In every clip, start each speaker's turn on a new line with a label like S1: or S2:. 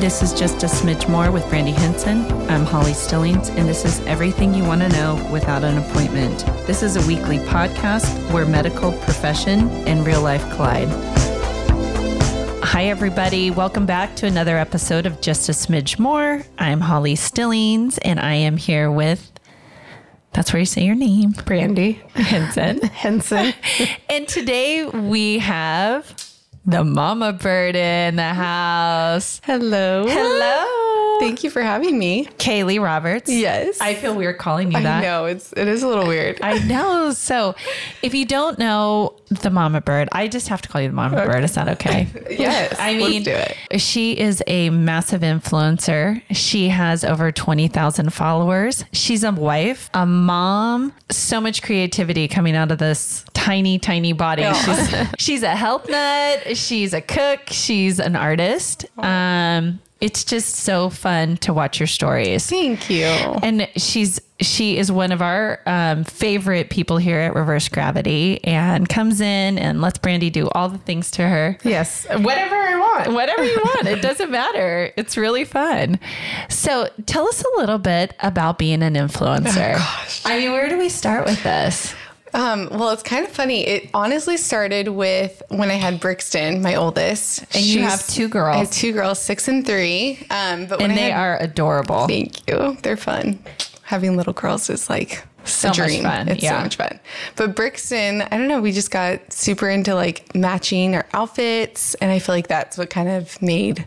S1: This is Just a Smidge More with Brandy Henson. I'm Holly Stillings, and this is Everything You Want to Know Without an Appointment. This is a weekly podcast where medical profession and real life collide. Hi, everybody. Welcome back to another episode of Just a Smidge More. I'm Holly Stillings, and I am here with. That's where you say your name,
S2: Brandy
S1: Henson.
S2: Henson.
S1: And today we have the mama bird in the house.
S2: Hello.
S1: Hello.
S2: Thank you for having me.
S1: Kaylee Roberts.
S2: Yes.
S1: I feel weird calling you
S2: I
S1: that.
S2: know it's it is a little weird.
S1: I know. So if you don't know the mama bird, I just have to call you the mama bird. Is that okay?
S2: yes.
S1: I mean,
S2: let's do it.
S1: she is a massive influencer. She has over 20,000 followers. She's a wife, a mom, so much creativity coming out of this tiny, tiny body.
S2: Oh.
S1: She's, she's a health nut. She's a cook. She's an artist.
S2: Oh.
S1: Um, it's just so fun to watch your stories.
S2: Thank you.
S1: And she's she is one of our um, favorite people here at Reverse Gravity, and comes in and lets Brandy do all the things to her,
S2: Yes. Whatever I want.
S1: whatever you want. It doesn't matter. It's really fun. So tell us a little bit about being an
S2: Oh,
S1: influencer. I mean, where do we start with this?
S2: Um, well, it's kind of funny. It honestly started with when I had Brixton, my oldest, and
S1: You
S2: he's-
S1: have two girls.
S2: I have two girls, six and three. Um, but when
S1: And
S2: I
S1: they
S2: had-
S1: are adorable.
S2: Thank you. They're fun. Having little girls is like
S1: So
S2: a
S1: much
S2: dream.
S1: fun,
S2: It's
S1: yeah.
S2: so much fun. But Brixton, I don't know, we just got super into like matching our outfits. And I feel like that's what kind of made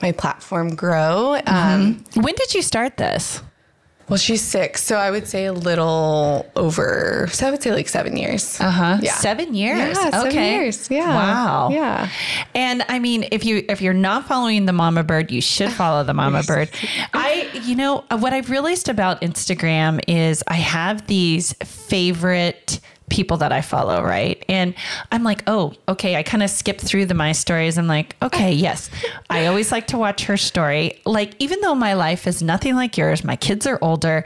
S2: my platform grow.
S1: Mm-hmm.
S2: Um,
S1: When did you start this?
S2: well, she's six. So I would say a little over, so I would say like seven years. Uh huh. Yeah.
S1: Uh-huh. Seven years.
S2: Yeah,
S1: okay.
S2: seven years. Yeah.
S1: Wow.
S2: Yeah.
S1: And I mean, if you if you're not following the mama bird, you should follow the mama bird. I you know uh, what I've realized about Instagram is I have these favorite people that I follow, right? And I'm like, oh, okay. I kind of skip through the my stories. I'm like, okay, yes. I always like to watch her story. Like, even though my life is nothing like yours, my kids are older.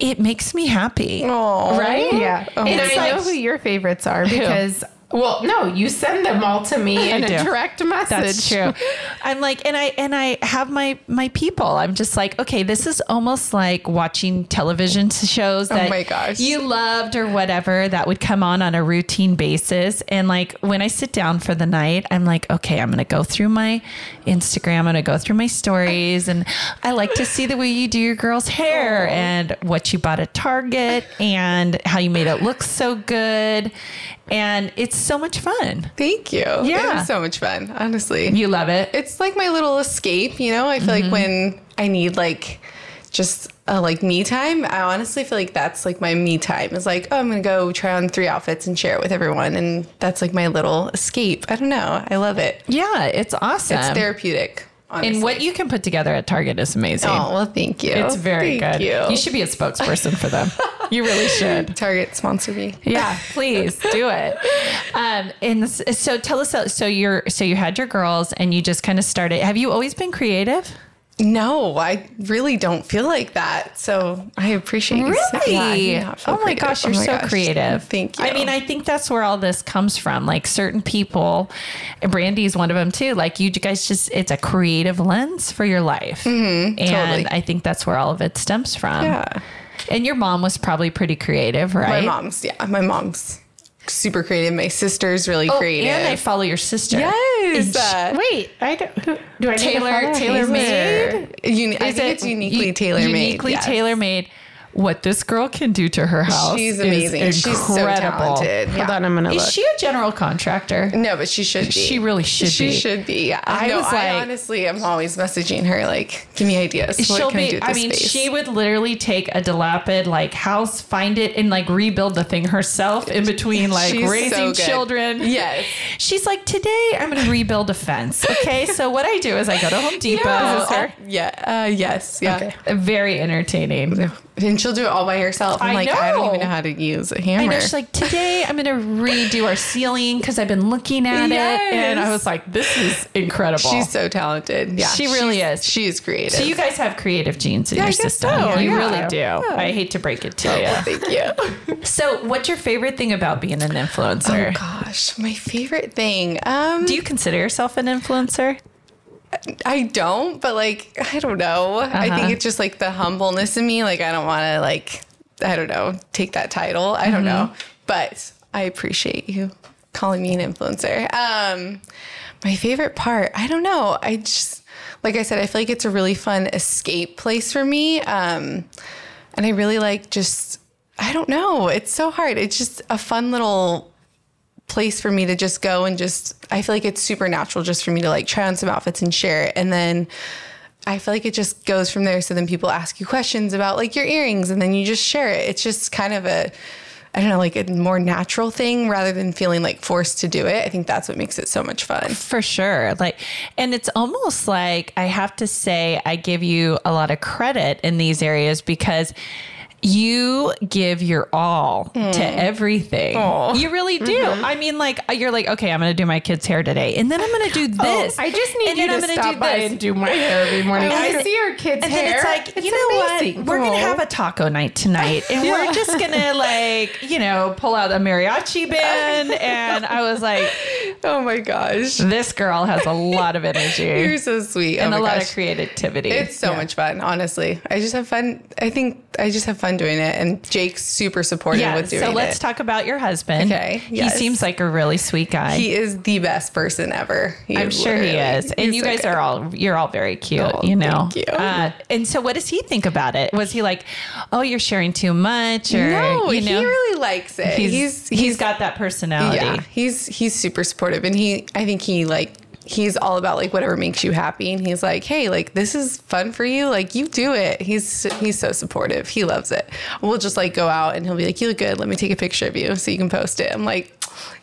S1: It makes me happy.
S2: Aw.
S1: right?
S3: Yeah.
S2: Oh
S3: and
S2: my
S3: I know
S2: gosh.
S3: who your favorites are because, well, no, you send them all to me in a
S1: do.
S3: direct message.
S1: That's true. I'm like, and I and I have my my people. I'm just like, okay, this is almost like watching television shows that
S2: my gosh.
S1: you loved or whatever that would come on on a routine basis. And like when I sit down for the night, I'm like, okay, I'm gonna go through my Instagram. I'm gonna go through my stories, and I like to see the way you do your girl's hair and what you bought at Target and how you made it look so good. And it's so much fun.
S2: Thank you.
S1: Yeah.
S2: It was so much fun, honestly.
S1: You love it.
S2: it's like my little escape, you know? I feel
S1: Mm-hmm.
S2: like when I need like just a like me time, I honestly feel like that's like my me time. It's like, oh, I'm gonna go try on three outfits and share it with everyone. And that's like my little escape. I don't know. I love it.
S1: Yeah, it's awesome.
S2: It's therapeutic. Honestly.
S1: and Um, what you can put together at Target is amazing.
S2: Oh, well, thank you.
S1: it's very
S2: Thank
S1: good.
S2: You.
S1: should be a spokesperson for them. you really should.
S2: Target sponsor me.
S1: Yeah, please do it. Um, and s- so tell us. So you're so you had your girls, and you just kind of started. Have you always been creative?
S2: No, I really don't feel like that. So I appreciate you. saying- Yeah, I do not feel
S1: oh my
S2: creative.
S1: gosh,
S2: Oh
S1: you're
S2: my
S1: so
S2: gosh.
S1: creative.
S2: Thank you.
S1: I mean, I think that's where all this comes from. Like certain people, and Brandy's one of them too. Like you guys just, it's a creative lens for your life. and
S2: Mm-hmm, totally.
S1: I think that's where all of it stems from.
S2: Yeah.
S1: And your mom was probably pretty creative, right?
S2: My mom's, yeah, my mom's super creative. My sister's really
S1: Oh,
S2: creative.
S1: And I follow your sister.
S2: yes, uh,
S3: Wait, I don't, who, do I need to
S1: Taylor,
S3: follow?
S1: Taylor made.
S2: Uni- I
S1: Is
S2: think
S1: it
S2: it's uniquely
S1: u-
S2: tailor made.
S1: Uniquely tailor made. What this girl can do to her house.
S2: She's
S1: is
S2: amazing. She's so
S1: incredible.
S2: talented.
S3: Hold
S2: Yeah.
S3: on, I'm going to
S1: Is
S3: look.
S1: she a general contractor?
S2: No, but she should be.
S1: She really should
S2: she
S1: be.
S2: should be. Yeah.
S1: I
S2: I know.
S1: was
S2: I
S1: like-
S2: honestly am always messaging her like, give me ideas. What
S1: She'll
S2: can I do
S1: be.
S2: with
S1: I,
S2: this
S1: mean,
S2: space?
S1: she would literally take a dilapid like house, find it, and like rebuild the thing herself in between like
S2: She's so
S1: raising
S2: good.
S1: children.
S2: Yes.
S1: She's like, today I'm going to rebuild a fence. Okay, so what I do is I go to Home Depot.
S2: Oh,
S1: This is her.
S2: oh, yeah. Uh, yes. Yeah.
S3: Okay.
S1: Very entertaining.
S2: And she'll do it all by herself. I'm
S1: I
S2: like, I don't even
S1: know.
S2: know how to use a
S1: I
S2: hammer.
S1: know she's like, today I'm going to redo our ceiling because I've been looking at it, and I
S2: Yes.
S1: was like, this is incredible.
S2: she's so talented. Yeah.
S1: She really
S2: she's-
S1: is.
S2: She is creative.
S1: so you guys have creative genes in
S2: Yeah, I
S1: your
S2: guess
S1: system.
S2: so,
S1: You
S2: yeah.
S1: really do. I hate to break it to you.
S2: Thank you.
S1: So, what's your favorite thing about being an influencer?
S2: Gosh, my favorite thing. Um,
S1: Do you consider yourself an influencer?
S2: I don't, but like I don't know. I
S1: Uh-huh.
S2: think it's just like the humbleness in me. Like I don't want to like I don't know take that title. I don't know, but I appreciate you calling me an influencer. Um, my favorite part, I don't know. I just like I said, I feel like it's a really fun escape place for me. Um, and I really like just I don't know. It's so hard. It's just a fun little place for me to just go and just I feel like it's super natural just for me to like try on some outfits and share it. And then I feel like it just goes from there. So then people ask you questions about like your earrings and then you just share it. It's just kind of a I don't know, like a more natural thing rather than feeling like forced to do it. I think that's what makes it so much fun.
S1: for sure. Like, and it's almost like I have to say, I give you a lot of credit in these areas because you give your all to everything. You really do. I mean, like, you're like, okay, I'm going to do my kid's hair today. And then I'm going to do this.
S3: Oh, I just need
S1: and
S3: you
S1: then
S3: to
S1: I'm gonna
S3: stop
S1: do
S3: by
S1: this.
S3: and do my hair every morning. I
S1: And-
S3: see your kids'
S1: and
S3: hair.
S1: then it's like, you know
S3: amazing.
S1: what? We're gonna
S3: Aw.
S1: have a taco night tonight, and we're just gonna like, you know, pull out a mariachi band. And I was like,
S2: Oh my gosh.
S1: this girl has a lot of
S2: You're
S1: energy
S2: so sweet.
S1: and
S2: oh
S1: a
S2: my
S1: lot
S2: gosh.
S1: of creativity.
S2: It's so much fun, honestly. I just have fun. I think I just have fun doing it, and Jake's super supportive
S1: yeah,
S2: with doing
S1: so
S2: it.
S1: let's talk about your husband.
S2: Okay,
S1: He
S2: yes.
S1: seems like a really sweet guy.
S2: He is the best person ever. He
S1: I'm sure he
S2: literally-
S1: is. And
S2: he's
S1: you
S2: so
S1: guys
S2: good.
S1: are all, you're all very cute,
S2: Oh,
S1: you know?
S2: thank you.
S1: Uh, and so what does he think about it? Was he like, oh, you're sharing too much? Or,
S2: No,
S1: you know,
S2: he really likes it. He's he's,
S1: he's got that personality.
S2: yeah. He's he's super supportive, and he I think he like he's all about like whatever makes you happy, and he's like, hey, like this is fun for you, like you do it. He's he's so supportive. He loves it. We'll just like go out, and he'll be like, you look good. Let me take a picture of you so you can post it. I'm like,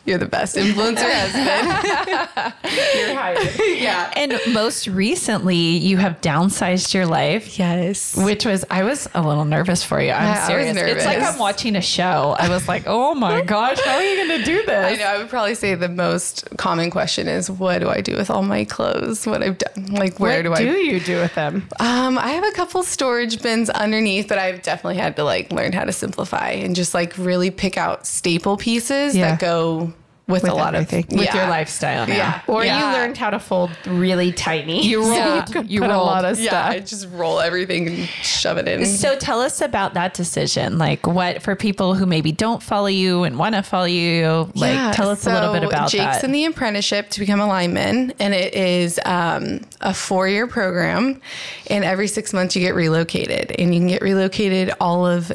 S2: you're the best influencer husband.
S3: You're hired.
S2: yeah.
S1: And most recently, you have downsized your life.
S2: Yes.
S1: Which was, I was a little nervous for you. I'm
S2: Yeah, I was
S1: serious. It's like
S2: nervous.
S1: I'm watching a show. I was like, oh my gosh, how are you going to do this?
S2: I know. I would probably say the most common question is, "What do I do with all my clothes? What I've done? Like, where
S3: what
S2: do I?"
S3: do you do with them?
S2: Um, I have a couple storage bins underneath, but I've definitely had to like learn how to simplify and just like really pick out staple pieces
S3: Yeah.
S2: that go with, a lot
S3: everything.
S2: of
S1: With
S2: yeah.
S1: your lifestyle now.
S2: Yeah.
S3: Or
S2: Yeah.
S3: you learned how to fold really tiny.
S1: You rolled.
S2: Yeah.
S1: You
S3: put
S1: rolled.
S3: a lot of
S2: Yeah,
S3: stuff.
S2: I just roll everything and shove it in.
S1: So tell us about that decision. Like what for people who maybe don't follow you and want to follow you, like
S2: Yeah,
S1: tell us a little bit
S2: so
S1: about
S2: Jake's
S1: that.
S2: in the apprenticeship to become a lineman, and it is um, a four-year program. And every six months, you get relocated, and you can get relocated all of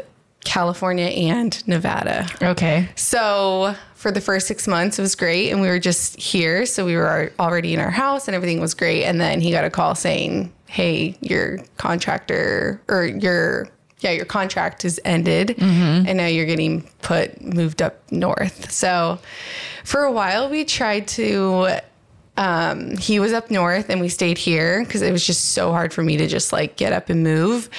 S2: California and Nevada.
S1: okay.
S2: So for the first six months, it was great, and we were just here, so we were already in our house, and everything was great. And then he got a call saying, "Hey, your contractor or your yeah, your contract is ended, and now you're getting put moved up north." So for a while, we tried to um, he was up north and we stayed here because it was just so hard for me to just like get up and move.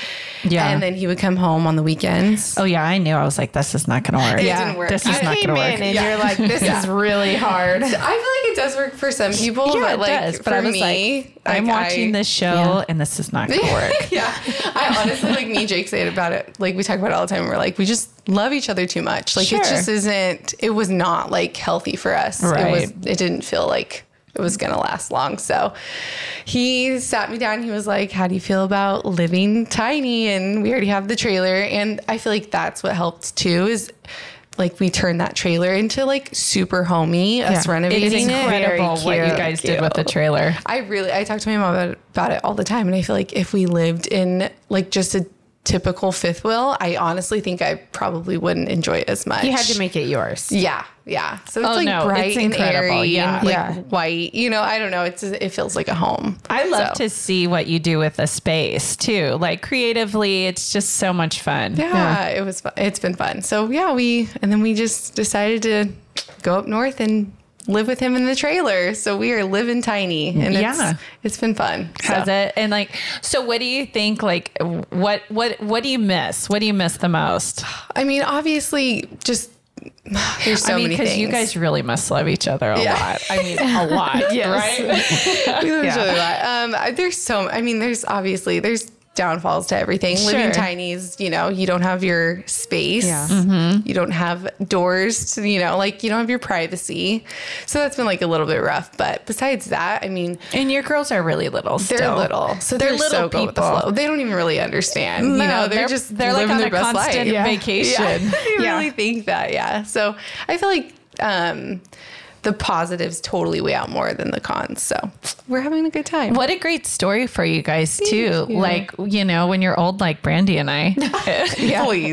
S1: Yeah.
S2: And then he would come home on the weekends.
S1: Oh yeah, I knew. I was like, this is not gonna work.
S2: It didn't work.
S1: This
S2: You
S1: is
S3: You
S1: not
S3: came
S1: gonna work.
S3: in and you're like, this is really hard.
S2: I feel like it does work for some people,
S1: yeah,
S2: but like
S1: it does. But
S2: for
S1: I was
S2: me,
S1: like, I'm
S2: like,
S1: watching
S2: I-
S1: this show and this is not gonna work.
S2: yeah, I honestly like me and Jake say it about it. Like we talk about it all the time. We're like, we just love each other too much. Like
S1: Sure.
S2: it just isn't. It was not like healthy for us. It
S1: Right.
S2: was. It didn't feel like it was gonna last long. So he sat me down. He was like, "How do you feel about living tiny?" And we already have the trailer. And I feel like that's what helped too. Is like we turned that trailer into like super homey. Us
S3: Yeah.
S2: renovating
S1: It's
S2: it.
S1: incredible what
S3: Very
S1: you
S3: cute.
S1: guys did with the trailer.
S2: I really I talk to my mom about, about it all the time and I feel like if we lived in like just a typical fifth wheel, I honestly think I probably wouldn't enjoy it as much.
S3: You had to make it yours.
S2: Yeah, yeah. So it's
S1: Oh,
S2: like
S1: no,
S2: bright
S1: it's
S2: and
S1: incredible.
S2: airy
S1: Yeah.
S2: and like
S3: Yeah.
S2: white. You know, I don't know. It's it feels like a home.
S1: I love
S2: So,
S1: to see what you do with a space too. Like creatively, it's just so much fun.
S2: Yeah, it was. fu- It's been fun. So yeah, we and then we just decided to go up north and live with him in the trailer. So we are living tiny, and
S1: Yeah.
S2: it's it's been fun. So-
S1: Has it? And like, so what do you think? Like, what what what do you miss? What do you miss the most?
S2: I mean, obviously, just there's so
S1: I mean,
S2: many things.
S1: you guys really must love each other a
S2: Yeah.
S1: lot. I mean, a lot,
S3: Yes.
S1: right?
S2: we love each other a lot. Um, I- there's so. I mean, there's obviously there's downfalls to everything. Living
S1: Sure.
S2: tinies, you know, you don't have your space.
S4: Yeah.
S2: You don't have doors to, you know, like you don't have your privacy. So that's been like a little bit rough. But besides that, I mean,
S1: And your girls are really little.
S2: they're
S1: still.
S2: little, so
S1: They're
S2: they're,
S1: little
S2: so go with the
S1: people.
S2: flow. They don't even really understand. you know, they're, just
S1: they're like
S2: living
S1: on
S2: their
S1: a
S2: best life.
S1: constant
S4: Yeah.
S1: vacation.
S2: Yeah, they
S4: Yeah.
S2: really think that. Yeah. So I feel like um, the positives totally weigh out more than the cons. So we're having a good time.
S1: What a great story for you guys too.
S2: you.
S1: Like, you know, when you're old like Brandy and I.
S2: Please.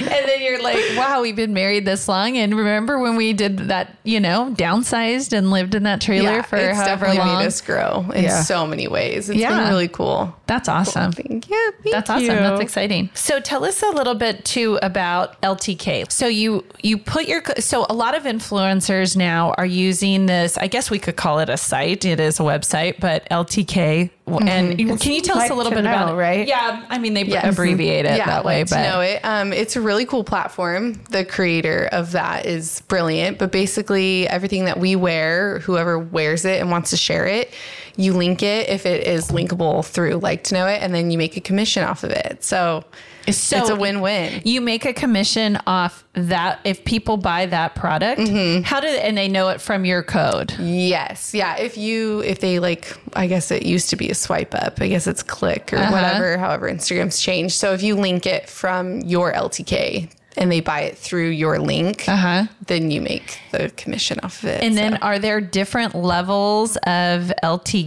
S1: and then you're like, wow, we've been married this long. And remember when we did that, you know, downsized and lived in that trailer
S2: Yeah,
S1: for
S2: it's
S1: however
S2: definitely
S1: long?
S2: made us grow in
S4: Yeah.
S2: so many ways. It's
S1: Yeah.
S2: been really cool.
S1: That's awesome.
S2: Thank you. Thank
S1: That's awesome. That's
S4: you.
S1: exciting. So tell us a little bit too about LTK. So you you put your so a lot of influencers now are using this. I guess we could call it a site. It is a website, but LTK. And can you tell us
S4: like
S1: a little
S4: to
S1: bit about
S4: know,
S1: it?
S4: right?
S1: Yeah, I mean they
S2: Yes.
S1: abbreviate it that way,
S2: like to know
S1: but
S2: it. Um, it's a really cool platform. The creator of that is brilliant. But basically, everything that we wear, whoever wears it and wants to share it, you link it if it is linkable through like to know it, and then you make a commission off of it. So,
S1: so e-
S2: it's a win-win.
S1: You make a commission off that if people buy that product. How do and they know it from your code?
S2: Yes, yeah. If you if they like, I guess it used to be a swipe up. I guess it's click or
S1: Uh-huh.
S2: whatever. However, Instagram's changed. So if you link it from your LTK and they buy it through your link,
S1: Uh-huh.
S2: then you make the commission off of it.
S1: And then are there different levels of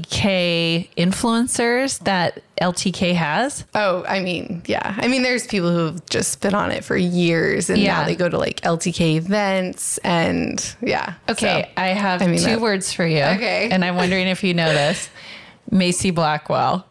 S1: LTK influencers that LTK has?
S2: Oh, I mean, yeah. I mean, there's people who've just been on it for years and
S1: Yeah.
S2: now they go to like LTK events and yeah.
S1: Okay,
S2: So,
S1: I have
S2: I mean
S1: two
S2: that-
S1: words for you.
S2: Okay.
S1: And I'm wondering if you know this. Macy Blackwell.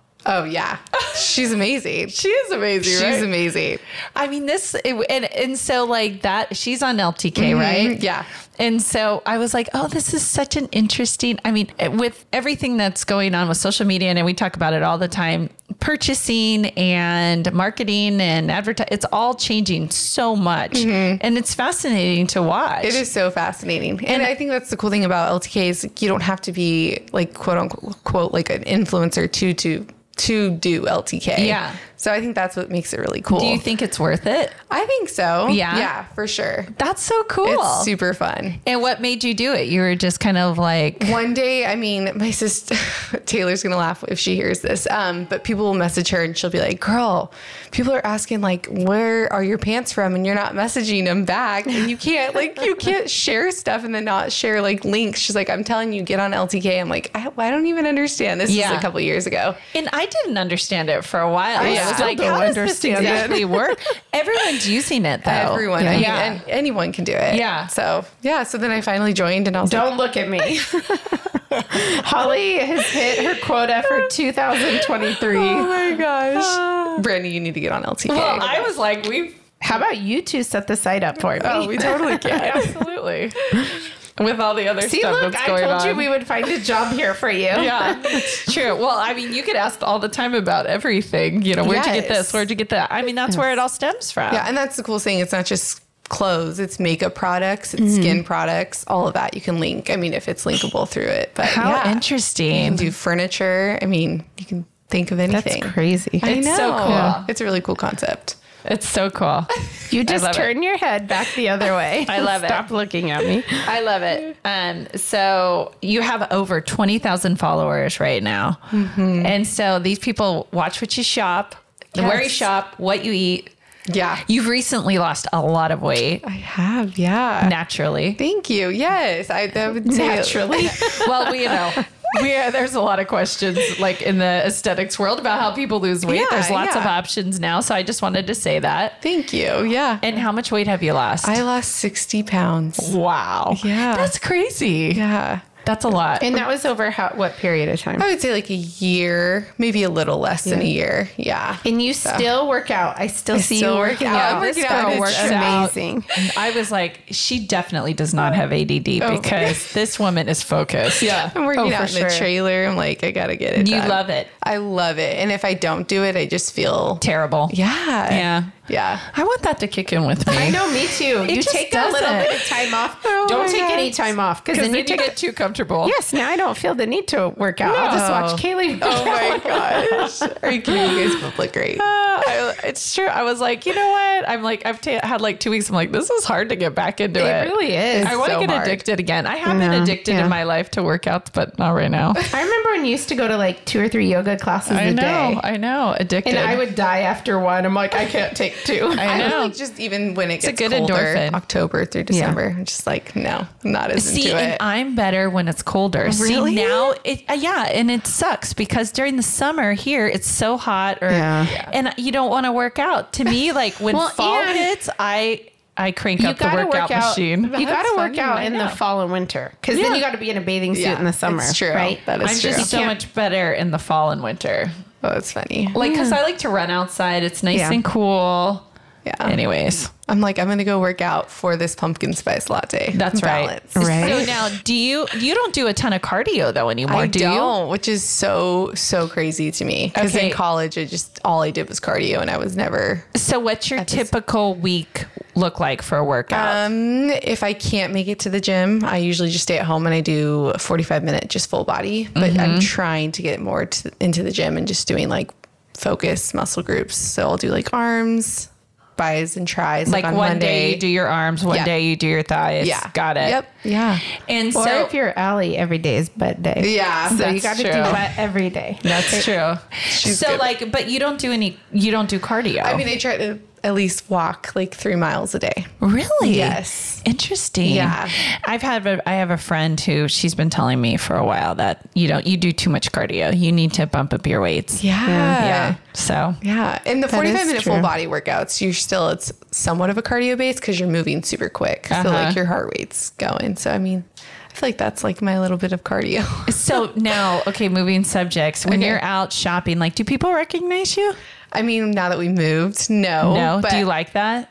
S2: oh, yeah. She's amazing.
S1: She is amazing,
S2: She's amazing.
S1: I mean, this, and, and so like that, she's on LTK, right?
S2: yeah.
S1: And so I was like, oh, this is such an interesting. I mean, eh, with everything that's going on with social media, and we talk about it all the time purchasing and marketing and advertising, it's all changing so much. And it's fascinating to watch.
S2: Mm-hmm. It is so fascinating. And, I think that's the cool thing about LTK is like, you don't have to be like quote unquote quote like an influencer to to to do LTK.
S1: Yeah.
S2: So I think that's what makes it really cool.
S1: Do you think it's worth it?
S2: I think so.
S1: Yeah?
S2: Yeah, for sure.
S1: That's so cool.
S2: It's super fun.
S1: and what made you do it? You were just kind of like,
S2: One day, I mean, my sister Taylor's gonna laugh if she hears this. Um, but people will message her and she'll be like, "Girl, people are asking like, where are your pants from?" And you're not messaging them back, and you can't like you can't share stuff and then not share like links. She's like, "I'm telling you, get on LTK." I'm like, I, I don't even understand. This
S1: Yeah.
S2: is a couple years ago.
S1: And I didn't understand it for a while. I
S2: Yeah.
S1: was
S2: still
S1: like,
S4: don't
S1: how does this
S4: understand it.
S1: exactly work? Everyone's using it though.
S2: Everyone, I mean,
S1: Oh, Yeah.
S2: and anyone can do it.
S1: Yeah.
S2: So yeah, so then I finally joined, and I was like,
S3: Don't look at me. Holly has hit her quota for 2023.
S2: "Oh my gosh, Brandy, you need to get on LTK."
S3: Well, I was like, we. How about you two set the site up for me?
S2: Oh, we totally can.
S3: Absolutely.
S1: With all the other
S3: See, look, I told you we would find a job here for you.
S1: yeah, it's true. Well, I mean, you get asked all the time about everything. You know, where'd you get this?
S2: Yes.
S1: Where'd you get that? I mean, that's where it all stems from.
S2: Yeah, and that's the cool thing. It's not just clothes, it's makeup products, it's skin products, all of that you can link. I mean, if it's linkable through it, but
S1: How
S2: yeah. You can
S1: interesting.
S2: do furniture. I mean, you can think of anything.
S4: crazy.
S2: I
S1: It's
S2: know.
S1: so cool. Yeah.
S2: It's a really cool concept.
S1: It's so cool.
S3: You
S1: love
S3: just
S1: it.
S3: turn your head back the other way.
S1: I love it.
S3: Stop looking at me.
S1: I love it. Um, so you have over 20,000 followers right now. And so these people watch what you shop, where you
S2: Yes.
S1: shop, what you eat.
S2: Yeah.
S1: You've recently lost a lot of weight
S2: I have, yeah.
S1: naturally.
S2: Thank you. Yes. I that would say
S1: well, we you know. We are, there's a lot of questions like in the aesthetics world about how people lose weight.
S2: Yeah,
S1: there's lots of
S2: yeah.
S1: options now, so I just wanted to say that.
S2: Thank you. Yeah.
S1: And how much weight have you lost?
S2: I lost 60 pounds.
S1: wow.
S2: Yeah.
S1: That's crazy.
S2: Yeah.
S1: That's a lot.
S3: And that was over how, what period of time?
S2: I would say like a year, maybe a little less than a year. Yeah.
S3: And you still work out. I still see
S2: still
S3: you
S2: work
S3: working
S2: out.
S3: out.
S2: I'm
S3: This
S2: working out.
S3: girl
S2: It's
S3: works
S1: out.
S3: amazing.
S1: I was like, she definitely does not have ADD
S2: Oh.
S1: because this woman is focused. Yeah.
S2: I'm working
S3: Oh,
S2: out in
S3: for
S2: the
S3: sure.
S2: trailer. I'm like, I gotta get it.
S1: You
S2: done.
S1: love it.
S2: I love it. And if I don't do it, I just feel
S1: Terrible.
S2: yeah,
S1: Yeah.
S2: Yeah.
S1: I want that to kick in with me.
S3: I know, me too. you
S1: just
S3: take a little
S1: doesn't.
S3: bit of time off.
S2: Oh
S3: don't
S2: my
S3: take
S2: God.
S3: any time off because
S1: Because
S3: then,
S1: then,
S3: you
S1: you
S3: take
S1: get too comfortable.
S3: Yes, now I don't feel the need to work out. I'll just watch Kaylee.
S2: Oh my gosh. Are you kidding? You guys both look great.
S1: Uh, I- it's true. I was like, you know what? I'm like, I've ta- had like two weeks. I'm like, this is hard to get back into it.
S3: It really is.
S1: I want to
S3: so
S1: get
S3: hard.
S1: addicted again. I have
S3: Yeah,
S1: been addicted
S3: yeah.
S1: in my life to workouts, but not right now.
S3: I remember when you used to go to like two or three yoga classes
S1: I
S3: a
S1: know.
S3: day.
S1: I know. Addicted.
S3: And I would die after one. I'm like, I can't take two.
S1: I
S2: I
S1: know.
S2: like just even when it gets
S1: a good
S2: colder,
S1: endorphin.
S2: October through December, I'm just like, no, not as
S1: See,
S2: into
S1: and
S2: it.
S1: I'm better when it's colder.
S3: Really?
S1: See, now it uh, yeah, and it sucks because during the summer here it's so hot, or
S3: Yeah. Yeah.
S1: and you don't want to work out. To me, like when
S3: Well,
S1: fall
S3: and-
S1: hits, I I crank
S3: You
S1: up the
S3: gotta
S1: workout
S3: work out.
S1: machine.
S3: You gotta work
S1: funny,
S3: out
S1: I
S3: in the
S1: know.
S3: fall and winter because then
S1: Yeah.
S3: you gotta be in a bathing suit
S2: Yeah,
S3: in the summer.
S2: it's true.
S3: Right?
S2: That
S1: I'm
S2: is true.
S1: just so
S3: can't-
S1: much better in the fall and winter.
S2: oh, that's funny.
S1: Like, cause I like to run outside. It's nice
S3: Yeah.
S1: and cool.
S2: Yeah.
S1: Anyways,
S2: I'm like, I'm gonna go work out for this pumpkin spice latte.
S1: that's
S2: Balance.
S1: right.
S3: Right.
S1: So now, do you you don't do a ton of cardio though anymore?
S2: I
S1: do you?
S2: not which is so so crazy to me. Because
S1: Okay.
S2: in college, I just all I did was cardio, and I was never.
S1: So what's your typical week look like for a workout?
S2: Um, if I can't make it to the gym, I usually just stay at home and I do a 45 minute just full body. But
S1: Mm-hmm.
S2: I'm trying to get more to, into the gym and just doing like focus muscle groups. So I'll do like arms, buys, and tries.
S1: like
S2: on
S1: one day
S2: Monday.
S1: you do your arms, one
S2: Yeah.
S1: day you do your thighs.
S2: yeah,
S1: got it.
S2: Yep, yeah.
S1: And
S3: Or
S1: so
S3: if you're Allie, every day is butt day.
S2: Yeah,
S3: So you
S1: that's
S3: gotta do
S1: true.
S3: butt every day.
S1: that's true. so
S2: good.
S1: like, but you don't do any. You don't do cardio.
S2: I mean, I try to at least walk like three miles a day.
S1: Really?
S2: Yes.
S1: Interesting.
S2: Yeah.
S1: I've had a, I have a friend who she's been telling me for a while that you don't you do too much cardio. You need to bump up your weights.
S2: Yeah.
S1: Mm, Yeah. So
S2: Yeah, and the
S3: is
S2: forty-five minute
S3: true.
S2: full body workouts, you're still it's somewhat of a cardio base because you're moving super quick, so
S1: Uh-huh.
S2: like your heart rate's going. So I mean, I feel like that's like my little bit of cardio.
S1: so now okay, moving subjects. When
S2: Okay.
S1: you're out shopping, like do people recognize you?
S2: I mean, now that we moved, no,
S1: no.
S2: but
S1: Do you Uh-huh. like that?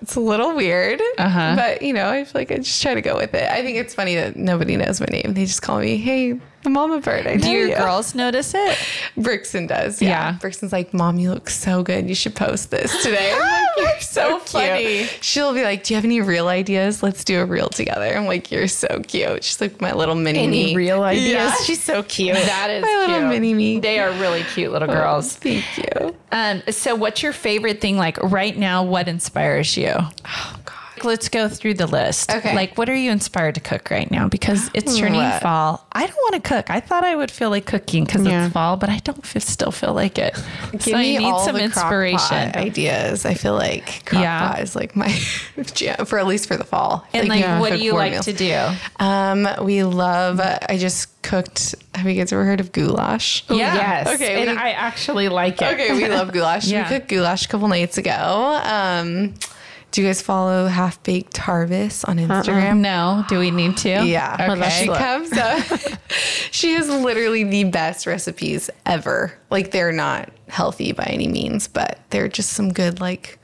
S2: it's a little weird, but you know, I feel like I just try to go with it. I think it's funny that nobody knows my name; they just call me, "Hey, the Mama Bird." I know
S1: Do your
S2: you.
S1: girls notice it?
S2: Brixton does. Yeah.
S1: Yeah.
S2: Brixton's like, Mom, you look so good. You should post this today. I'm like, You're
S1: so
S2: so, funny.
S1: funny.
S2: She'll be like, Do you have any real ideas? Let's do a reel together. I'm like, You're so cute. She's like my little mini me.
S3: Any real ideas?
S2: Yeah.
S3: She's so cute.
S1: That is
S2: My little
S1: cute.
S2: mini me.
S1: They are really cute little girls.
S2: Thank you.
S1: Um, so what's your favorite thing like right now? What inspires you?
S2: Oh God.
S1: Let's go through the list.
S2: Okay.
S1: Like, what are you inspired to cook right now? Because it's turning
S2: What?
S1: fall. I don't want to cook. I thought I would feel like cooking because
S3: Yeah.
S1: it's fall, but I don't feel, still feel like it.
S2: Give me all the crock pot ideas. I feel like crock
S1: Yeah.
S2: pot is like my jam for at least for the fall. I feel
S1: And like,
S2: you can
S1: what
S2: cook
S1: do you
S2: more
S1: like
S2: meals.
S1: to do?
S2: Um, we love. I just cooked. Have you guys ever heard of goulash?
S1: Yeah.
S3: Yes.
S2: Okay,
S3: And
S2: we-
S3: I actually like it.
S2: Okay, we love goulash.
S1: Yeah.
S2: We cooked goulash a couple nights ago. Um, do you guys follow Half Baked Harvest on Instagram?
S1: Um, No. Do we need to?
S2: Yeah,
S1: Okay.
S2: she comes up. she has literally the best recipes ever. Like they're not healthy by any means, but they're just some good like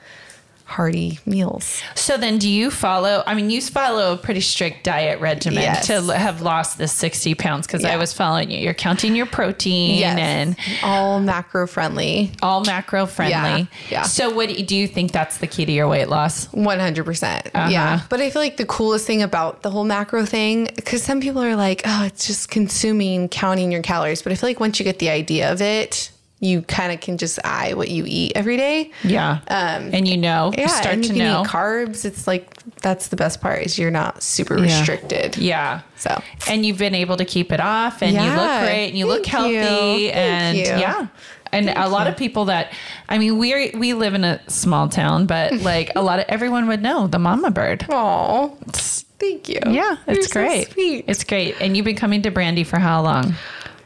S2: hearty meals.
S1: So then, do you follow? I mean, you follow a pretty strict diet regimen
S2: Yes.
S1: to l- have lost the sixty pounds because I
S2: Yeah.
S1: was following you. You're counting your protein and
S2: all macro friendly.
S1: all macro friendly.
S2: Yeah, yeah.
S1: So, what do you- do you think that's the key to your weight loss?
S2: One hundred percent.
S1: Uh-huh.
S2: Yeah, but I feel like the coolest thing about the whole macro thing, because some people are like, "Oh, it's just consuming, counting your calories." But I feel like once you get the idea of it, you kind of can just eye what you eat every day.
S1: Yeah.
S2: Um,
S1: and you know, you
S2: Yeah,
S1: start
S2: and you
S1: to
S2: can
S1: know.
S2: eat carbs. It's like that's the best part is you're not super restricted.
S1: yeah.
S2: So
S1: And you've been able to keep it off and you
S2: Yeah.
S1: look great and you look
S2: Thank
S1: healthy
S2: you. Thank
S1: and
S2: you.
S1: yeah. And a lot of people that I mean we are we live in a small town but like a lot of everyone would know the mama bird.
S2: Oh, thank you.
S1: Yeah,
S2: You're
S1: it's
S2: so
S1: great.
S2: sweet.
S1: It's great. And you've been coming to Brandy for how long?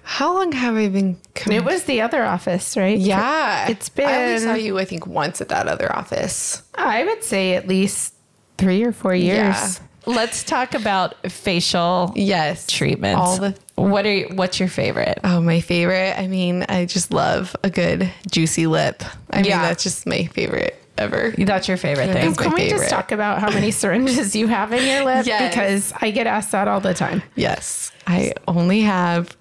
S2: How long have I been? Com-
S3: It was the other office, right?
S2: yeah,
S3: It's
S2: I only
S3: been-
S2: saw you, I think, once at that other office.
S3: I would say at least three or four years.
S2: Uh,
S1: Let's talk about facial
S2: Yes.
S1: treatments.
S2: All the.
S1: what are you, what's your favorite?
S2: Oh, my favorite. I mean, I just love a good juicy lip. I
S1: Yeah.
S2: mean, that's just my favorite ever.
S1: That's your favorite thing.
S2: It's
S3: Can
S2: my
S3: we just
S2: favorite.
S3: talk about how many syringes you have in your lip?
S2: Yes.
S3: Because I get asked that all the time.
S2: Yes. I only have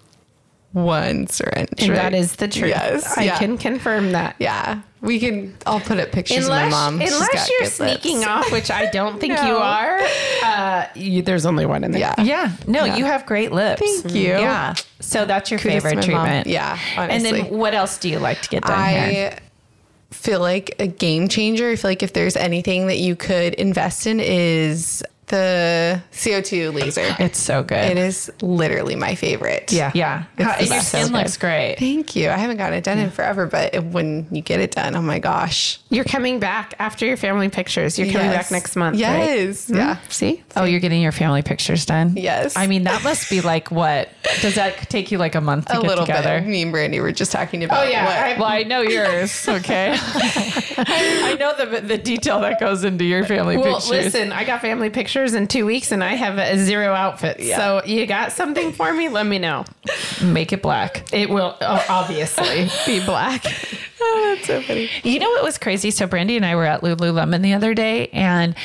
S2: one syringe.
S3: And
S2: right?
S3: that is the truth.
S2: Yes.
S3: I
S2: yeah.
S3: can confirm that.
S2: Yeah. We can. I'll put up pictures of my
S3: Unless,
S2: mom. She's
S3: unless
S2: got
S3: you're
S2: good
S3: sneaking
S2: lips.
S3: off, which I don't think you
S2: No.
S3: are, uh, you, there's only one in there.
S2: Yeah.
S1: Yeah. No, you have great lips. Mm-hmm.
S2: Thank you.
S1: Yeah. So that's your
S2: Kudos to
S1: favorite
S2: my mom.
S1: treatment.
S2: Yeah,
S1: And
S2: honestly.
S1: then what else do you like to get done here?
S2: I feel like a game changer. I feel like if there's anything that you could invest in is the CO2 laser.
S1: It's so good.
S2: It is literally my favorite.
S3: Yeah.
S1: Yeah.
S2: It's
S1: How-
S2: the
S1: and your
S2: best.
S1: skin
S2: So
S1: looks great.
S2: Thank you. I haven't gotten it done in forever, but it- when you get it done, oh my gosh.
S3: You're coming back after your family pictures. You're coming
S2: Yes.
S3: back next month. Right? Hmm? Mm-hmm.
S2: Yes. Yeah.
S3: See?
S1: Oh, you're getting your family pictures done?
S2: Yes.
S1: I mean, that must be like what? Does that take you like a month to
S2: A
S1: get
S2: little
S1: together?
S2: bit. Me and Brandy were just talking about.
S3: Oh, yeah.
S1: Well, I know yours. Okay. I know the the detail that goes into your family
S3: Well,
S1: pictures.
S3: listen, I got family pictures in two weeks and I have a zero outfit. So you got something for me? Let me know.
S1: Make it black.
S3: It will uh, obviously be black.
S2: Oh, that's so funny.
S1: You know what was crazy? So Brandy and I were at Lululemon the other day, and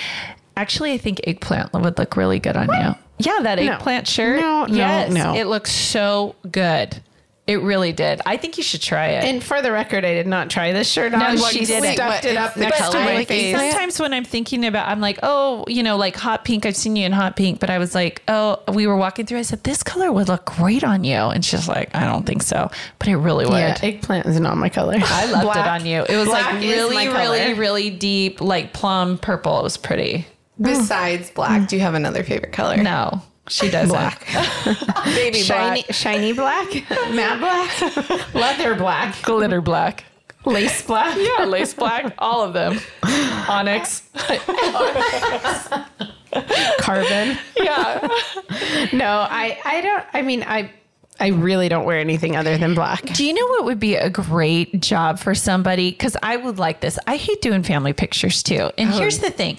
S1: actually, I think eggplant would look really good on you. Yeah, that eggplant shirt.
S3: No, no,
S1: yes,
S3: no.
S1: It looks so good. It really did. I think you should try it.
S3: And for the record, I did not try this shirt on.
S1: No, she
S3: One
S1: didn't.
S3: Stuffed it
S2: What,
S3: up
S2: it's the
S3: next to
S2: color
S3: my
S2: like
S3: face.
S2: eggplant?
S1: Sometimes when I'm thinking about, I'm like, oh, you know, like hot pink. I've seen you in hot pink, but I was like, oh, we were walking through. I said, this color would look great on you, and she's like, I don't think so, but it really would.
S3: Yeah, eggplant is not my color.
S1: I loved it
S3: Black-
S1: on you. It was like
S3: black is my
S1: really,
S3: color.
S1: really, really deep, like plum purple. It was pretty.
S2: Besides black, do you have another favorite color?
S1: No, she doesn't.
S2: Baby
S3: shiny, shiny black, matte black, leather black,
S1: Glitter black.
S3: lace black.
S1: Yeah, lace black, all of them. Onyx.
S3: carbon.
S1: Yeah.
S3: No, I, I don't. I mean, I, I really don't wear anything other than black.
S1: Do you know what would be a great job for somebody? Because I would like this. I hate doing family pictures too. And here's the thing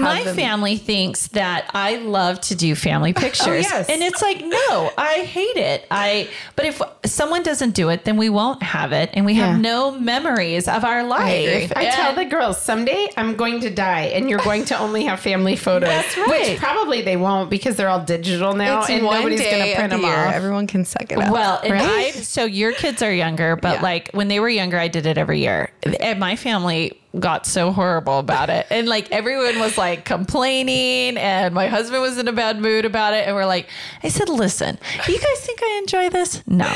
S1: my
S2: them-
S1: family thinks that I love to do family pictures.
S3: yes.
S1: And it's like, no, I hate it. I but if someone doesn't do it, then we won't have it and we
S3: Yeah.
S1: have no memories of our life.
S3: I
S1: And-
S3: tell the girls someday I'm going to die, and you're going to only have family photos. That's
S1: right.
S3: Which probably they won't because they're all digital now,
S2: It's
S3: and
S2: one
S3: nobody's
S2: day
S3: going to print
S2: of
S3: them
S2: the year.
S3: off.
S2: Everyone can suck it up.
S1: Well, and
S3: Right?
S1: I, so your kids are younger, but
S2: Yeah.
S1: like when they were younger, I did it every year. And my family got so horrible about it. And like everyone was like complaining, and my husband was in a bad mood about it. And we're like, I said, listen, you guys think I enjoy this? No.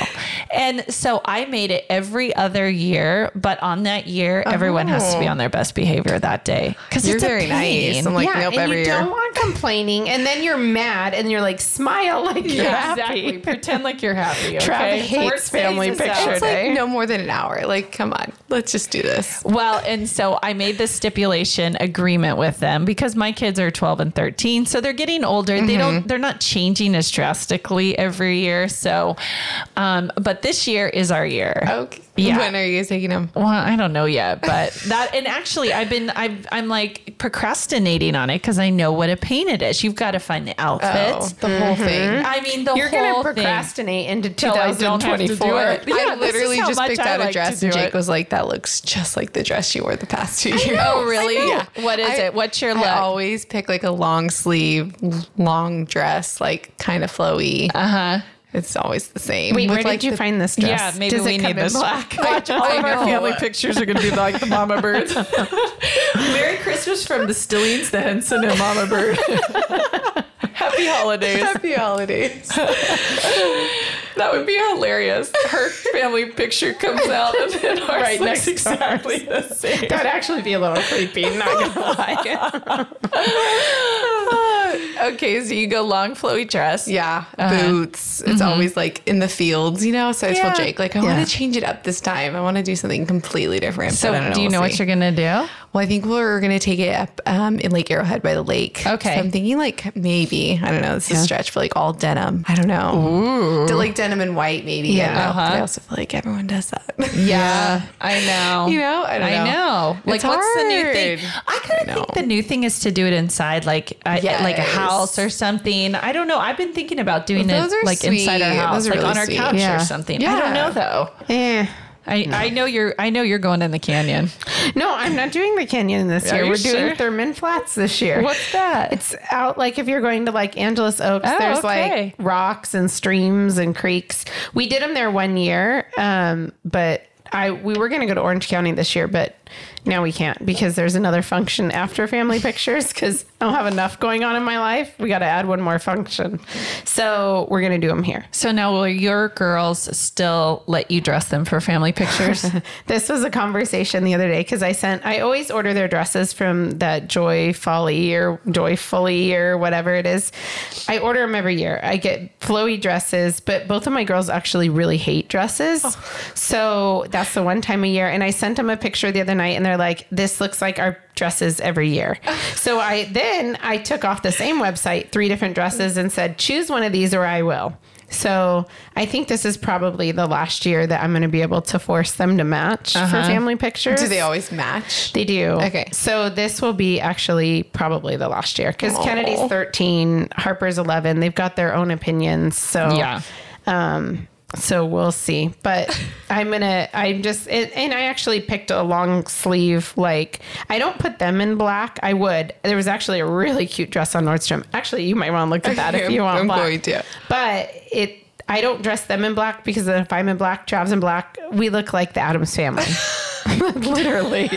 S1: And so I made it every other year, but on that year, everyone has to be on their best behavior that day. Because
S2: you're
S1: it's
S2: very
S1: a pain.
S2: nice. I'm like,
S3: yeah,
S2: nope,
S3: and you
S2: every year.
S3: don't want complaining, and then you're mad, and you're like smile like you're
S1: Exactly.
S3: happy.
S1: Pretend like you're happy. Okay?
S3: Travis hates
S1: Worst
S3: family
S1: phases of-
S3: picture
S2: it's like
S3: day.
S2: no more than an hour. Like, come on, let's just do this.
S1: Well, and so I made this stipulation agreement with them because my kids are 12 and 13, so they're getting older. They
S3: Mm-hmm.
S1: don't they're not changing as drastically every year. So um but this year is our year.
S2: Okay.
S1: Yeah.
S2: When are you guys taking them?
S1: Well, I don't know yet, but that and actually I've been I've I'm like procrastinating on it cuz I know what a pain it is. You've got to find the
S2: Oh,
S1: outfits.
S2: the whole thing.
S1: I mean, the
S3: You're going to
S1: whole thing.
S3: procrastinate into
S1: Till I don't have to do
S3: 2024.
S1: it. Yeah,
S2: I
S1: this is
S2: literally
S1: how
S2: just
S1: much
S2: picked
S1: I
S2: out
S1: like to
S2: a dress,
S1: do
S2: and Jake
S1: it.
S2: was like, "That looks just like the dress you wore the past two years."
S1: Oh, really?
S2: Yeah.
S1: What is
S2: I-
S1: it? What's your
S2: I
S1: look?
S2: always pick like a long sleeve, long dress, like kind of flowy. Uh huh. It's always the same.
S3: Wait,
S2: with,
S3: where
S2: like,
S3: did you
S2: the-
S3: find this dress?
S1: Uh-huh. Yeah, maybe
S3: Does
S1: we
S3: it come
S1: need
S3: in
S1: this.
S3: black.
S1: Watch all of our
S2: know.
S1: family pictures are going to be like the mama birds. Merry Christmas from the Stillings, the Henson, and Mama Bird. Happy holidays.
S2: Happy holidays.
S1: That would be hilarious. Her family picture comes out and then ours
S3: Right
S1: looks
S3: next to
S1: exactly the same.
S3: That'd actually be a little creepy. Not gonna lie.
S1: okay, so you go long flowy dress.
S2: Yeah,
S1: Uh,
S2: boots. It's always like in the fields, you know. So I
S1: mm-hmm. Yeah.
S2: told Jake, like, I
S1: Yeah.
S2: want to change it up this time. I want to do something completely different.
S1: So
S2: but I don't
S1: do you
S2: we'll
S1: know
S2: see.
S1: what you're going to do?
S2: Well, I think we're gonna take it up um, in Lake Arrowhead by the lake.
S1: Okay.
S2: So I'm thinking like maybe I don't know. This is a stretch for like all denim. I don't know. To, like denim and white maybe. Yeah. I, don't know.
S1: Uh-huh.
S2: But I also feel like everyone does that.
S1: Yeah, I know.
S2: You know, I don't know.
S1: know. Like,
S2: It's
S1: what's the new thing?
S2: hard.
S1: I kind of think the new thing is to do it inside, like uh,
S2: Yes.
S1: like a house or something. I don't know. I've been thinking about doing
S2: Those
S1: it
S2: are
S1: like inside our
S2: sweet.
S1: house,
S2: Those
S1: like
S2: are really
S1: on our
S2: sweet.
S1: couch
S3: Yeah.
S1: or something. I don't
S2: Yeah.
S1: know though.
S3: yeah.
S1: I, I know you're I know you're going in the canyon.
S3: No, I'm not doing the canyon this
S1: Are
S3: year.
S1: you
S3: We're
S1: sure?
S3: doing Thurman Flats this year.
S1: What's that?
S3: It's out like if you're going to like Angeles Oaks,
S1: Oh,
S3: there's
S1: okay.
S3: like rocks and streams and creeks. We did them there one year, um, but I we were going to go to Orange County this year, but now we can't because there's another function after family pictures because I don't have enough going on in my life. We got to add one more function, so we're going to do them here.
S1: So now will your girls still let you dress them for family pictures?
S3: This was a conversation the other day because I sent. I always order their dresses from that Joy Folly or Joy Fully or whatever it is. I order them every year. I get flowy dresses, but both of my girls actually really hate dresses. So that's the one time a year. And I sent them a picture the other night, and they're like, "This looks like our dresses every year." so I then I took off the same website three different dresses and said, "Choose one of these or I will." So I think this is probably the last year that I'm going to be able to force them to match for family pictures.
S2: Uh-huh. Do they always match?
S3: They do.
S2: Okay.
S3: So this will be actually probably the last year because
S2: Aw.
S3: Kennedy's 13, Harper's 11. They've got their own opinions. So
S1: Yeah.
S3: Um, so we'll see. But I'm gonna. I'm just. It, and I actually picked a long sleeve. Like I don't put them in black. I would. There was actually a really cute dress on Nordstrom. Actually, you might want to look at that if you want
S2: I'm
S3: black.
S2: going to.
S3: But it. I don't dress them in black because if I'm in black, Trav's in black, we look like the Adams family. Literally.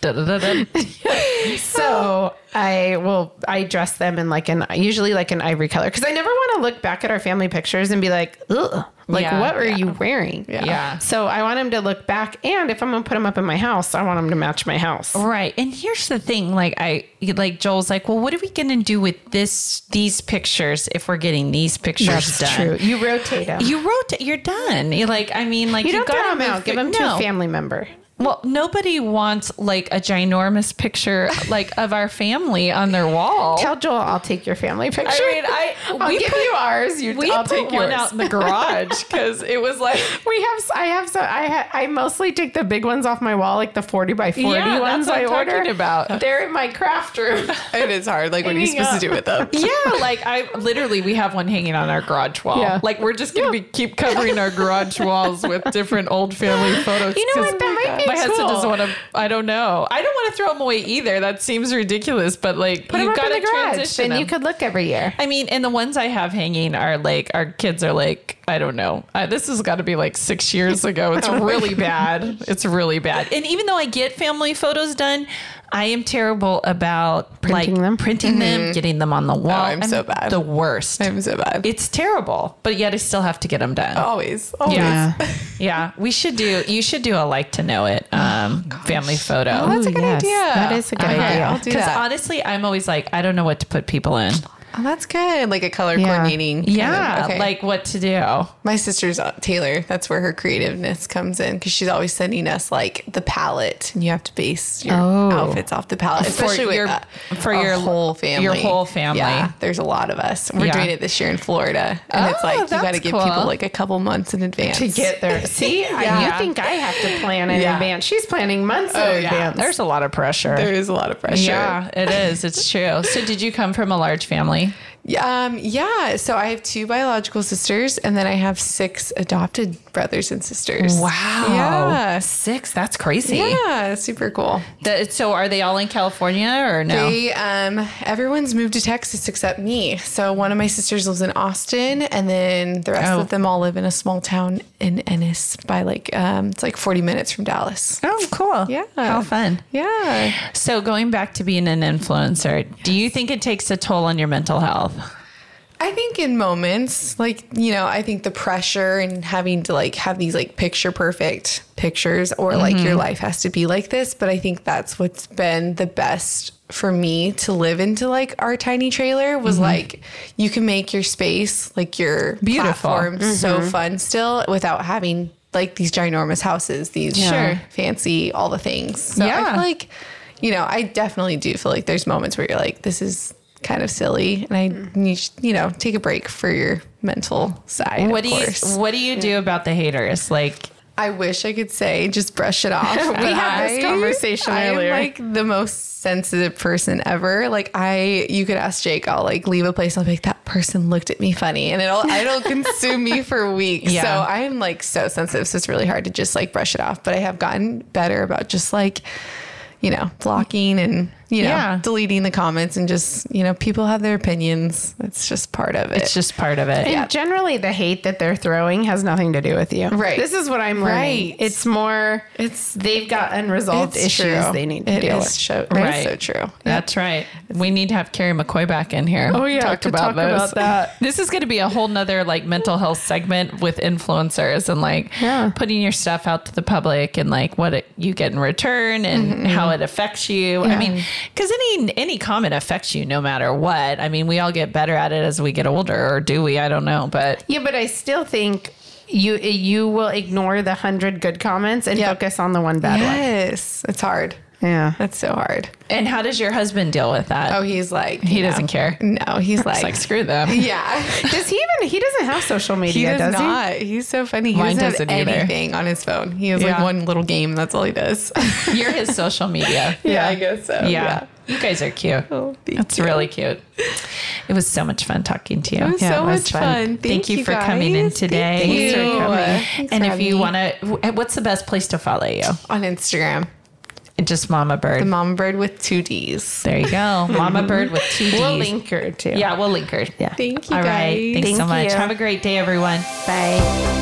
S1: Da-da-da-da. Oh.
S3: So I will I dress them in like an usually like an ivory color because I never want to look back at our family pictures and be like, ugh, like
S1: Yeah.
S3: what were you wearing?
S1: Yeah.
S3: So I want them to look back, and if I'm gonna put them up in my house, I want them to match my house.
S1: Right. And here's the thing, like I like Joel's like, "Well, what are we going to do with this these pictures if we're getting these pictures done?"
S3: You rotate them. You,
S1: You wrote it, you're done. You're like, I mean, like
S3: don't
S1: gotta
S3: throw them
S1: move
S3: out. Give
S1: it-
S3: them to
S1: no.
S3: a family member.
S1: Well, nobody wants like a ginormous picture like of our family on their wall.
S3: Tell Joel I'll take your family picture.
S1: Oh. I mean, I
S3: I'll
S1: we
S3: give
S1: put,
S3: you ours. You,
S1: we
S3: I'll
S1: put
S3: take
S1: one
S3: yours.
S1: out in the garage because it was like
S3: We have, I have, so I ha, I mostly take the big ones off my wall, like the forty by forty
S1: Yeah, that's
S3: ones
S1: what
S3: I
S1: I'm talking
S3: order.
S1: about.
S3: they're in my craft room.
S2: It is hard. Like, what are you
S3: Hanging
S2: supposed to do
S3: up.
S2: with them?
S1: yeah, like I literally we have one hanging on our garage wall.
S3: Yeah.
S1: Like we're just gonna be keep covering our garage walls with different old family photos.
S3: You know
S1: 'cause
S3: what? That might be
S1: My husband
S3: cool.
S1: doesn't want to. I don't know. I don't want to throw them away either. That seems ridiculous. But like
S3: Put
S1: you
S3: them up
S1: got
S3: in
S1: to
S3: the garage,
S1: transition
S3: and
S1: them.
S3: you could look every year.
S1: I mean, and the ones I have hanging are like our kids are like I don't know. Uh, this has got to be like six years ago. It's
S3: Oh
S1: really bad. It's really bad. And even though I get family photos done, I am terrible about
S3: Printing
S1: like
S3: them?
S1: printing them, getting them on the wall.
S2: Mm-hmm. Oh, I'm so bad.
S1: The worst.
S2: I'm Oh. so bad.
S1: it's terrible, but yet I still have to get them done.
S2: Always. Always.
S1: Yeah.
S3: Oh,
S1: yeah, we should do. You should do a like to know it
S2: Oh
S1: um, family photo.
S2: That's a good
S3: yes.
S2: idea.
S3: That is a good
S2: Okay,
S3: idea.
S2: I'll do
S1: Because
S2: that.
S1: honestly, I'm always like, I don't know what to put people in.
S2: Oh, that's good. Like a color
S3: Yeah.
S2: coordinating. kind of-
S1: Yeah,
S2: okay.
S1: like what to do.
S2: my sister's uh, Taylor. That's where her creativeness comes in because she's always sending us like the palette, and you have to base your
S3: Oh.
S2: outfits off the palette, especially with
S1: your-
S2: uh,
S1: for
S2: a
S1: your-
S2: whole
S1: your
S2: family.
S1: whole family.
S2: Yeah, there's a lot of us. We're
S1: Yeah.
S2: doing it this year in Florida, and it's
S1: Oh,
S2: like you
S1: that's
S2: got to give
S1: cool.
S2: people like a couple months in advance
S3: to get there. See, I,
S1: Yeah.
S3: you think I have to plan in
S2: Yeah.
S3: advance. She's planning months in
S2: Oh, yeah.
S3: advance.
S1: There's a lot of pressure.
S2: There is a lot of pressure.
S1: Yeah, it is. It's true. So, did you come from a large family?
S2: Yeah, Um, yeah. So I have two biological sisters, and then I have six adopted brothers and sisters. Yeah.
S1: six. That's crazy.
S2: Yeah, super cool.
S1: That- so, are they all in California or no?
S2: They, um, everyone's moved to Texas except me. So one of my sisters lives in Austin, and then the rest
S1: Oh.
S2: of them all live in a small town in Ennis by like um, it's like 40 minutes from Dallas.
S1: oh, cool.
S2: Yeah.
S1: how fun.
S2: Yeah,
S1: So, going back to being an influencer, do you think it takes a toll on your mental health?
S2: I think in moments like you know, I think the pressure and having to like have these like picture perfect pictures, or like
S1: Mm-hmm.
S2: your life has to be like this. But I think that's what's been the best for me to live into like our tiny trailer
S1: Mm-hmm.
S2: was like you can make your space like your
S1: Beautiful. Mm-hmm.
S2: platform so fun still without having like these ginormous houses, these
S1: Sure.
S2: fancy all the things. So I
S1: Yeah.
S2: feel like you know, I definitely do feel like there's moments where you're like, this is kind of silly, and I
S1: Mm.
S2: need you know take a break for your mental side.
S1: What
S2: of
S1: do you
S2: course.
S1: What do you do about the haters? Like,
S2: I wish I could say just brush it off. we
S3: had this conversation earlier.
S2: I'm like the most sensitive person ever. Like I, you could ask Jake. I'll like leave a place. and I'll be like that. person looked at me funny and it'll it'll consume me for weeks.
S1: Yeah.
S2: So I'm like so sensitive. So it's really hard to just like brush it off. But I have gotten better about just like, you know, blocking and you know,
S1: Yeah.
S2: deleting the comments and just, you know, people have their opinions. That's just part of it.
S1: It's just part of it.
S3: And generally, the hate that they're throwing has nothing to do with you.
S2: Right.
S3: This is what I'm learning.
S2: Right.
S3: It's more.
S2: It's-
S3: It's they've got unresolved
S2: It's
S3: issues
S2: true.
S3: they need to
S2: It
S3: deal
S2: is
S3: with.
S2: so-
S1: Right.
S2: That's so true.
S1: That's right. We need to have Carrie McCoy back in here.
S3: Oh, yeah,
S1: talk
S3: to
S1: about
S3: talk
S1: those.
S3: about that.
S1: This is going to be a whole nother like mental health segment with influencers and like
S3: Yeah.
S1: putting your stuff out to the public and like what it, you get in return and how it affects you. I mean, because any any comment affects you no matter what. I mean, we all get better at it as we get older, or do we? I don't know, but
S3: Yeah, but I still think you you will ignore the hundred good comments and
S2: Yeah.
S3: focus on the one bad one.
S2: Yes. It's hard.
S3: Yeah.
S2: That's so hard.
S1: and how does your husband deal with that?
S2: Oh, he's like
S1: he
S2: you know,
S1: doesn't care.
S2: No, he's
S1: It's
S2: like,
S1: like screw them.
S2: yeah.
S3: Does he even? He doesn't have social media,
S2: He does,
S3: does, he?
S2: not. He's so funny. He
S1: Mine
S2: doesn't,
S1: doesn't
S2: have
S1: either.
S2: anything on his phone. He has like
S1: Yeah.
S2: one little game. That's all he does.
S1: You're his social media.
S2: yeah, I guess so. Yeah.
S1: Yeah. You guys are cute.
S2: Oh, thank
S1: That's
S2: you.
S1: really cute. It was so much fun talking to you.
S2: It was
S1: Yeah,
S2: so
S1: was
S2: much fun. Thank,
S1: Thank you for coming in
S2: guys.
S1: today.
S2: Thank you.
S1: Thanks for coming.
S2: Thanks
S1: and
S2: for
S1: if you
S2: having me.
S1: want to, what's the best place to follow you?
S2: on Instagram,
S1: Just Mama Bird.
S2: the mom bird with two D's.
S1: there you go. Mama Bird with two D's.
S3: We'll link her too.
S1: Yeah, we'll link her. Yeah.
S2: Thank you,
S1: All right.
S2: guys.
S1: Thanks so
S3: Thank
S1: much.
S3: you.
S1: Have a great day, everyone.
S3: Bye.